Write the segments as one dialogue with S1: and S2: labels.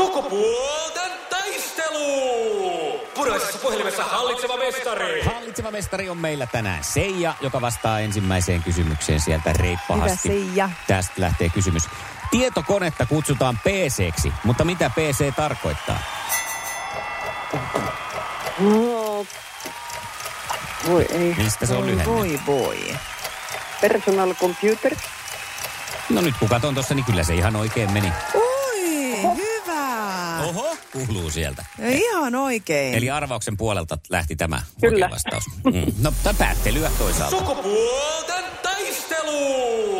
S1: Sukupuolten taistelu! Puraisessa puhelimessa hallitseva mestari.
S2: Hallitseva mestari on meillä tänään Seija, joka vastaa ensimmäiseen kysymykseen sieltä reippaasti.
S3: Hyvä, Seija.
S2: Tästä lähtee kysymys. Tietokonetta kutsutaan pc mutta mitä PC tarkoittaa?
S3: No, Voi ei.
S2: Mistä se on
S3: Voi,
S2: lyhenne?
S3: Voi voi. Personal computer.
S2: No nyt kun katson tuossa, niin kyllä se ihan oikein meni.
S3: Ui, hyvä.
S2: Oho, kuuluu sieltä.
S3: Ja Ihan oikein.
S2: Eli arvauksen puolelta lähti tämä
S3: Kyllä.
S2: oikea vastaus. Mm. No, tämä päättelyä toisaalta.
S1: Sukupuolten taistelu!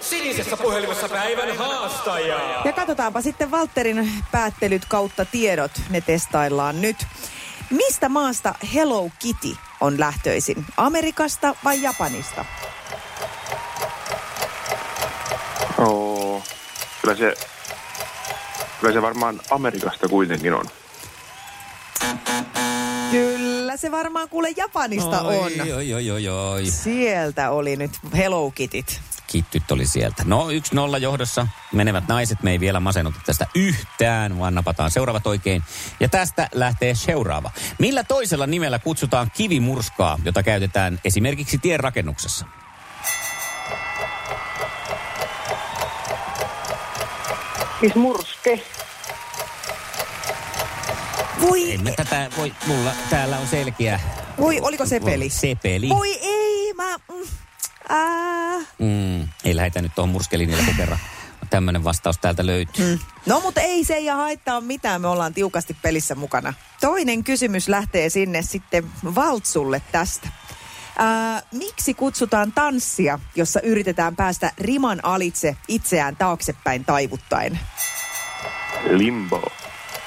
S1: Sinisessä puhelimessa päivän haastaja.
S3: Ja katsotaanpa sitten Valterin päättelyt kautta tiedot. Ne testaillaan nyt. Mistä maasta Hello Kitty on lähtöisin? Amerikasta vai Japanista?
S4: Oo. Kyllä se, kyllä se varmaan Amerikasta kuitenkin on.
S3: Kyllä se varmaan kuule Japanista on.
S2: Oi, oi, oi, oi, oi.
S3: Sieltä oli nyt Hello Kitit.
S2: Kittyt oli sieltä. No, yksi nolla johdossa. Menevät naiset. Me ei vielä masennuta tästä yhtään, vaan napataan seuraavat oikein. Ja tästä lähtee seuraava. Millä toisella nimellä kutsutaan kivimurskaa, jota käytetään esimerkiksi tien rakennuksessa?
S5: Siis murske.
S3: Voi,
S2: Emme tätä voi, mulla täällä on selkeä
S3: voi oliko se peli?
S2: sepeli.
S3: Voi ei, mä... Mm, äh.
S2: Mm, ei lähetä nyt tuohon murskelinille kun kerran. Tämmöinen vastaus täältä löytyy. Mm.
S3: No mutta ei se ja haittaa mitään, me ollaan tiukasti pelissä mukana. Toinen kysymys lähtee sinne sitten Valtsulle tästä. Ää, miksi kutsutaan tanssia, jossa yritetään päästä riman alitse itseään taaksepäin taivuttaen?
S4: Limbo.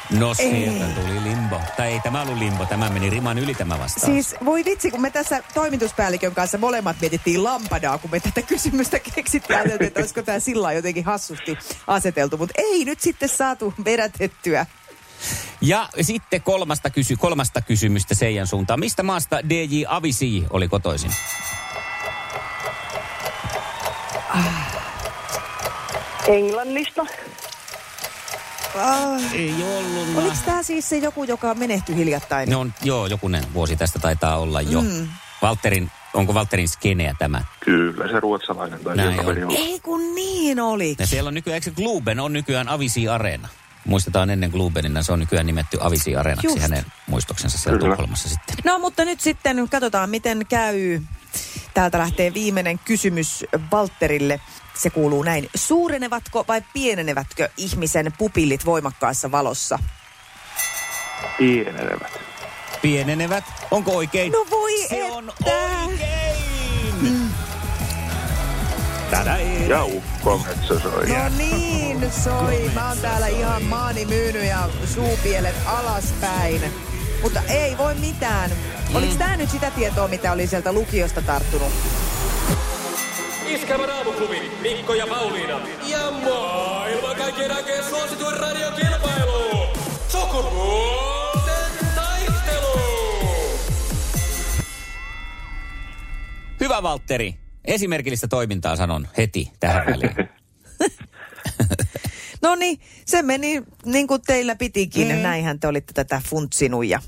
S2: No sieltä tuli limbo. Tai ei tämä ollut limbo, tämä meni riman yli tämä vastaus.
S3: Siis voi vitsi, kun me tässä toimituspäällikön kanssa molemmat mietittiin lampadaa, kun me tätä kysymystä keksittiin. Ajateltiin, että olisiko tämä sillä jotenkin hassusti aseteltu, mutta ei nyt sitten saatu vedätettyä.
S2: Ja sitten kolmasta, kysy, kolmasta kysymystä Seijan suuntaan. Mistä maasta DJ Avisi oli kotoisin?
S5: Englannista.
S3: Ah,
S2: Ei ollut.
S3: oliko tämä siis se joku, joka menehtyi hiljattain?
S2: No on, joo, jokunen vuosi tästä taitaa olla jo. Mm. Valterin, onko Valterin skeneä tämä?
S4: Kyllä se ruotsalainen tai
S2: Näin
S4: joku kaveri
S2: on.
S4: on.
S3: Ei kun niin oli.
S2: Ja siellä on nykyään, eikö se Globen on nykyään Avisi Areena? Muistetaan ennen Globenina, se on nykyään nimetty Avisi Areenaksi
S3: Just.
S2: hänen muistoksensa siellä
S4: Kyllä.
S2: Tukholmassa sitten.
S3: No mutta nyt sitten katsotaan, miten käy. Täältä lähtee viimeinen kysymys Valterille. Se kuuluu näin. Suurenevatko vai pienenevätkö ihmisen pupillit voimakkaassa valossa?
S4: Pienenevät.
S2: Pienenevät, onko oikein?
S3: No voi
S2: se
S3: että.
S2: on oikein! Mm. Tada,
S4: Ja ukko, että se soi.
S3: No niin, soi. Mä oon täällä ihan maani myynyt ja suupielet alaspäin. Mutta ei voi mitään. Oliko tää nyt sitä tietoa, mitä oli sieltä lukiosta tarttunut?
S1: Iskävä raamuklubi, Mikko ja Pauliina. Ja maailman kaikkien aikeen suosituen radiokilpailu. Sukupuolten taistelu.
S2: Hyvä Valtteri. Esimerkillistä toimintaa sanon heti tähän väliin.
S3: No niin, se meni niin kuin teillä pitikin. Mm. Näinhän te olitte tätä funtsinut ja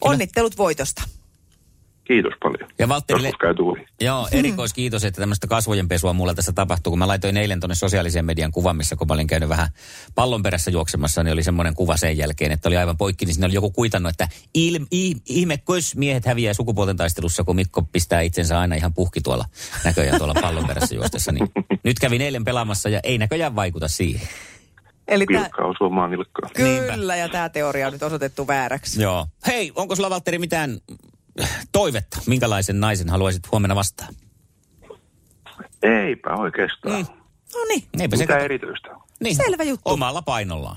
S3: onnittelut voitosta.
S4: Kiitos paljon.
S2: Ja Valtterille-
S4: Joskus käy tuuli.
S2: Joo,
S3: Mm-hmm.
S2: erikoiskiitos, että tämmöistä kasvojenpesua mulla tässä tapahtuu. Kun mä laitoin eilen tuonne sosiaaliseen median kuvan, missä kun mä olin käynyt vähän pallon perässä juoksemassa, niin oli semmoinen kuva sen jälkeen, että oli aivan poikki, niin sinne oli joku kuitannut, että il, i, ihme, kös miehet häviää sukupuolten taistelussa, kun Mikko pistää itsensä aina ihan puhki tuolla näköjään tuolla pallon perässä juostessa. Niin nyt kävin eilen pelaamassa ja ei näköjään vaikuta siihen.
S3: Eli tää,
S4: Vilkka osuu maan nilkkaan.
S3: kyllä, ja tämä teoria on nyt osoitettu vääräksi.
S2: Joo. Hei, onko sulla Valtteri mitään toivetta? Minkälaisen naisen haluaisit huomenna vastaan?
S4: Eipä oikeastaan.
S2: Mm.
S3: No niin,
S2: Eipä
S4: Mitä
S2: se
S4: erityistä on?
S2: niin,
S3: Selvä juttu.
S2: Omalla painollaan.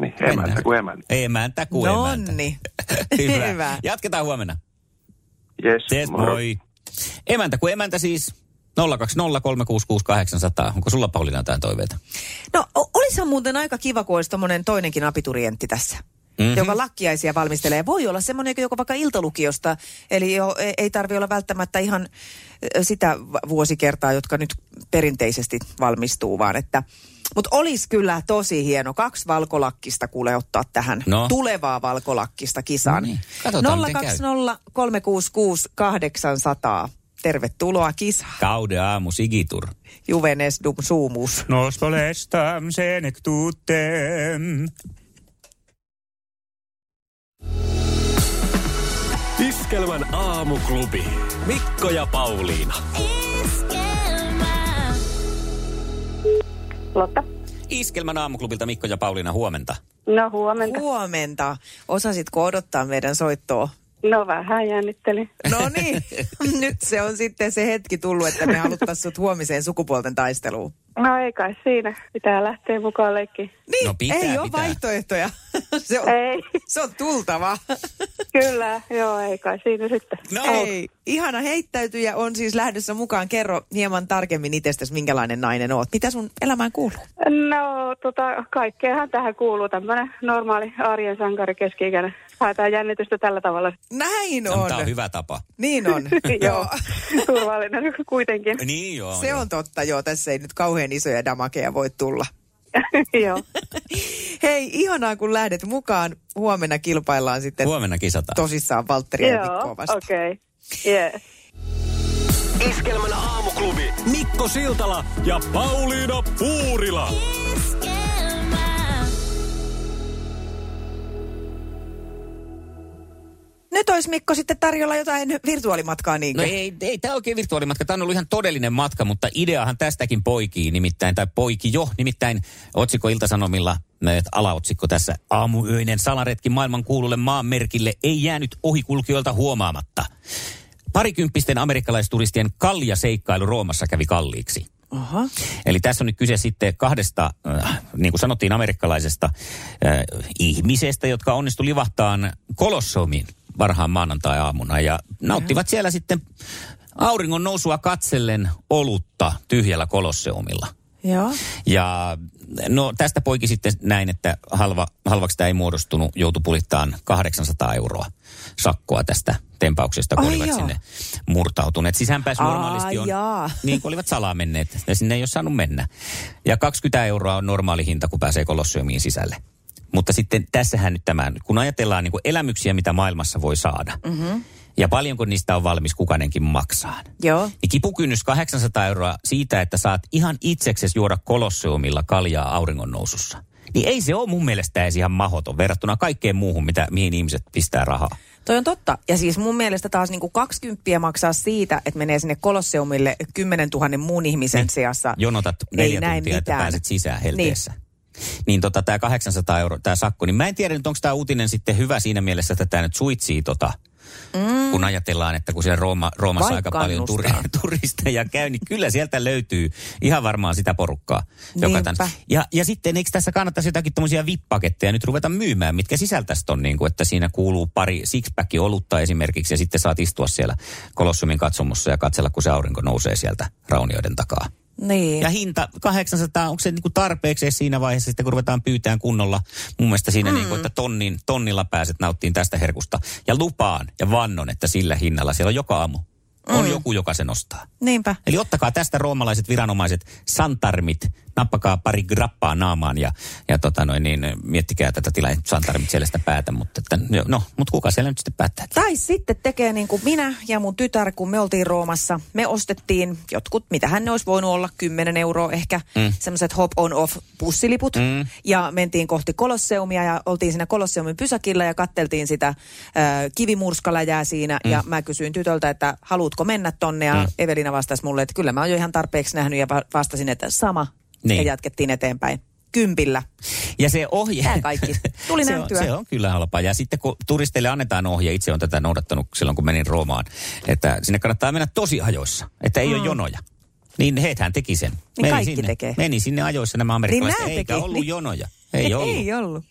S4: Niin,
S2: Mennään.
S4: emäntä kuin emäntä.
S2: Emäntä kuin emäntä.
S3: nonni. Hyvä.
S2: Jatketaan huomenna.
S4: Yes,
S2: Yes, moi. Emäntä kuin emäntä siis 020366800. Onko sulla Pauliina jotain toiveita?
S3: No o- olisihan muuten aika kiva, kun olisi tommonen toinenkin abiturientti tässä.
S2: Mhm.
S3: Mm-hmm. joka lakkiaisia valmistelee. Voi olla semmoinen, joka vaikka iltalukiosta, eli jo, e- ei tarvi olla välttämättä ihan e, ö, sitä va- vuosikertaa, jotka nyt perinteisesti valmistuu, vaan että Mutta olisi kyllä tosi hieno kaksi valkolakkista kuule ottaa tähän
S2: No.
S3: no. tulevaa valkolakkista kisaan.
S2: No niin, katsotaan, miten käy.
S3: 020366800. Tervetuloa kisaan.
S2: Kauden aamu Sigitur.
S3: Juvenes dum suumus.
S6: Nosto lestam senektuuteen.
S1: Iskelmän aamuklubi. Mikko ja Pauliina.
S5: Lotta.
S2: Iskelmän aamuklubilta Mikko ja Pauliina, huomenta.
S5: No huomenta.
S3: Huomenta. Osasitko odottaa meidän soittoa?
S5: No vähän jännittelin.
S3: No niin, nyt se on sitten se hetki tullut, että me haluttaisiin sut huomiseen sukupuolten taisteluun.
S5: No ei kai siinä. Pitää lähteä mukaan leikkiin.
S3: Niin,
S2: No pitää,
S3: ei ole
S2: pitää.
S3: vaihtoehtoja. se, on,
S5: Ei.
S3: se on tultava.
S5: Kyllä, joo ei kai siinä sitten.
S2: No,
S3: Ei. Ihana heittäytyjä on siis lähdössä mukaan. Kerro hieman tarkemmin itsestäsi, minkälainen nainen oot. Mitä sun elämään kuuluu?
S5: No tota, kaikkeahan tähän kuuluu tämmöinen normaali arjen sankari keski-ikäinen. Haetaan jännitystä tällä tavalla.
S3: Näin No on.
S2: tämä No, on hyvä tapa.
S3: Niin on.
S5: joo, turvallinen kuitenkin.
S2: Niin joo.
S3: Se
S2: joo.
S3: on totta, joo. Tässä ei nyt kauhean isoja damakeja voi tulla.
S5: joo.
S3: Hei, ihanaa kun lähdet mukaan. Huomenna kilpaillaan sitten
S2: Huomenna kisataan.
S3: tosissaan Valtteri ja
S5: Joo,
S3: Mikkoa vastaan.
S5: okei. Okay. Yeah.
S1: Iskelmän aamuklubi. Mikko Siltala ja Pauliina Puurila.
S3: Nyt olisi Mikko sitten tarjolla jotain virtuaalimatkaa niinkö?
S2: No ei, ei tämä oikein virtuaalimatka. Tämä on ollut ihan todellinen matka, mutta ideahan tästäkin poikii nimittäin, tai poiki jo. Nimittäin otsikko Iltasanomilla, no, et alaotsikko tässä, aamuyöinen salaretki maailman kuululle maanmerkille ei jäänyt ohikulkijoilta huomaamatta. Parikymppisten amerikkalaisturistien kaljaseikkailu Roomassa kävi kalliiksi.
S3: Aha.
S2: Eli tässä on nyt kyse sitten kahdesta, äh, niin kuin sanottiin, amerikkalaisesta äh, ihmisestä, jotka onnistu livahtaan kolossomiin varhaan maanantai-aamuna ja nauttivat siellä sitten auringon nousua katsellen olutta tyhjällä kolosseumilla.
S3: Joo.
S2: Ja no tästä poiki sitten näin, että halva, halvaksi tämä ei muodostunut, joutui pulittaan 800 euroa sakkoa tästä tempauksesta, kun
S3: Ai
S2: olivat
S3: jaa.
S2: sinne murtautuneet. Siis hän pääsi
S3: Aa,
S2: normaalisti on,
S3: jaa.
S2: niin kuin olivat salaa menneet, ja sinne ei ole saanut mennä. Ja 20 euroa on normaali hinta, kun pääsee kolossyömiin sisälle. Mutta sitten tässähän nyt tämä, kun ajatellaan niin kuin elämyksiä, mitä maailmassa voi saada, mm-hmm. ja paljonko niistä on valmis kukanenkin maksaa,
S3: Joo.
S2: niin kipukynnys 800 euroa siitä, että saat ihan itseksesi juoda kolosseumilla kaljaa auringon nousussa. Niin ei se ole mun mielestä edes ihan mahoton verrattuna kaikkeen muuhun, mitä, mihin ihmiset pistää rahaa.
S3: Toi on totta. Ja siis mun mielestä taas niinku 20 maksaa siitä, että menee sinne kolosseumille 10 000 muun ihmisen
S2: Niin.
S3: seassa.
S2: Jonotat
S3: ei
S2: neljä
S3: näin
S2: tuntia, että
S3: mitään.
S2: pääset sisään helteessä. Niin. Niin tota, tämä 800 euroa, tämä sakko, niin mä en tiedä nyt, onko tämä uutinen sitten hyvä siinä mielessä, että tämä nyt suitsii tota, mm. kun ajatellaan, että kun siellä Rooma, Roomassa
S3: Vai
S2: aika paljon turi,
S3: kannustaa.
S2: turisteja käy, niin kyllä sieltä löytyy ihan varmaan sitä porukkaa. Joka
S3: Niinpä.
S2: tän, ja, ja sitten eikö tässä kannattaisi jotakin tuommoisia vippaketteja nyt ruveta myymään, mitkä sisältäisi ton, niin kuin, että siinä kuuluu pari sixpack olutta esimerkiksi, ja sitten saat istua siellä Kolossumin katsomossa ja katsella, kun se aurinko nousee sieltä raunioiden takaa.
S3: Niin. niin.
S2: Ja hinta 800, onko se niinku tarpeeksi edes siinä vaiheessa, sitten kun ruvetaan pyytään kunnolla? Mun mielestä siinä mm. niinku, että tonnin, tonnilla pääset nauttiin tästä herkusta. Ja lupaan ja vannon, että sillä hinnalla siellä on joka aamu. On joku, joka sen ostaa.
S3: Niinpä.
S2: Eli ottakaa tästä roomalaiset viranomaiset santarmit, nappakaa pari grappaa naamaan ja, ja tota noin, niin, miettikää tätä tilaa. Ei Santarmit siellä sitä päätä, mutta että, jo, no, mutta kuka siellä nyt sitten päättää?
S3: Tai sitten tekee niin kuin minä ja mun tytär, kun me oltiin Roomassa. Me ostettiin jotkut, mitähän ne olisi voinut olla, 10 euroa ehkä, mm. semmoiset hop on off pussiliput. Mm. Ja mentiin kohti kolosseumia ja oltiin siinä kolosseumin pysäkillä ja katteltiin sitä äh, kivimurskaläjää siinä. Mm. Ja mä kysyin tytöltä, että haluatko mennä tonne ja mm. Evelina vastasi mulle, että kyllä mä oon jo ihan tarpeeksi nähnyt ja va- vastasin, että sama.
S2: Niin.
S3: Ja jatkettiin eteenpäin. Kympillä.
S2: Ja se ohje...
S3: Tää kaikki. Tuli
S2: se, on,
S3: nähtyä.
S2: se on kyllä halpaa. Ja sitten kun turisteille annetaan ohje, itse on tätä noudattanut silloin kun menin Roomaan, että sinne kannattaa mennä tosi ajoissa, että ei mm. ole jonoja. Niin heethän teki sen.
S3: kaikki
S2: sinne,
S3: tekee.
S2: Meni sinne ajoissa nämä amerikkalaiset,
S3: nää
S2: eikä
S3: teki,
S2: ollut
S3: niin.
S2: jonoja. Ei ollut.
S3: Ei ollut.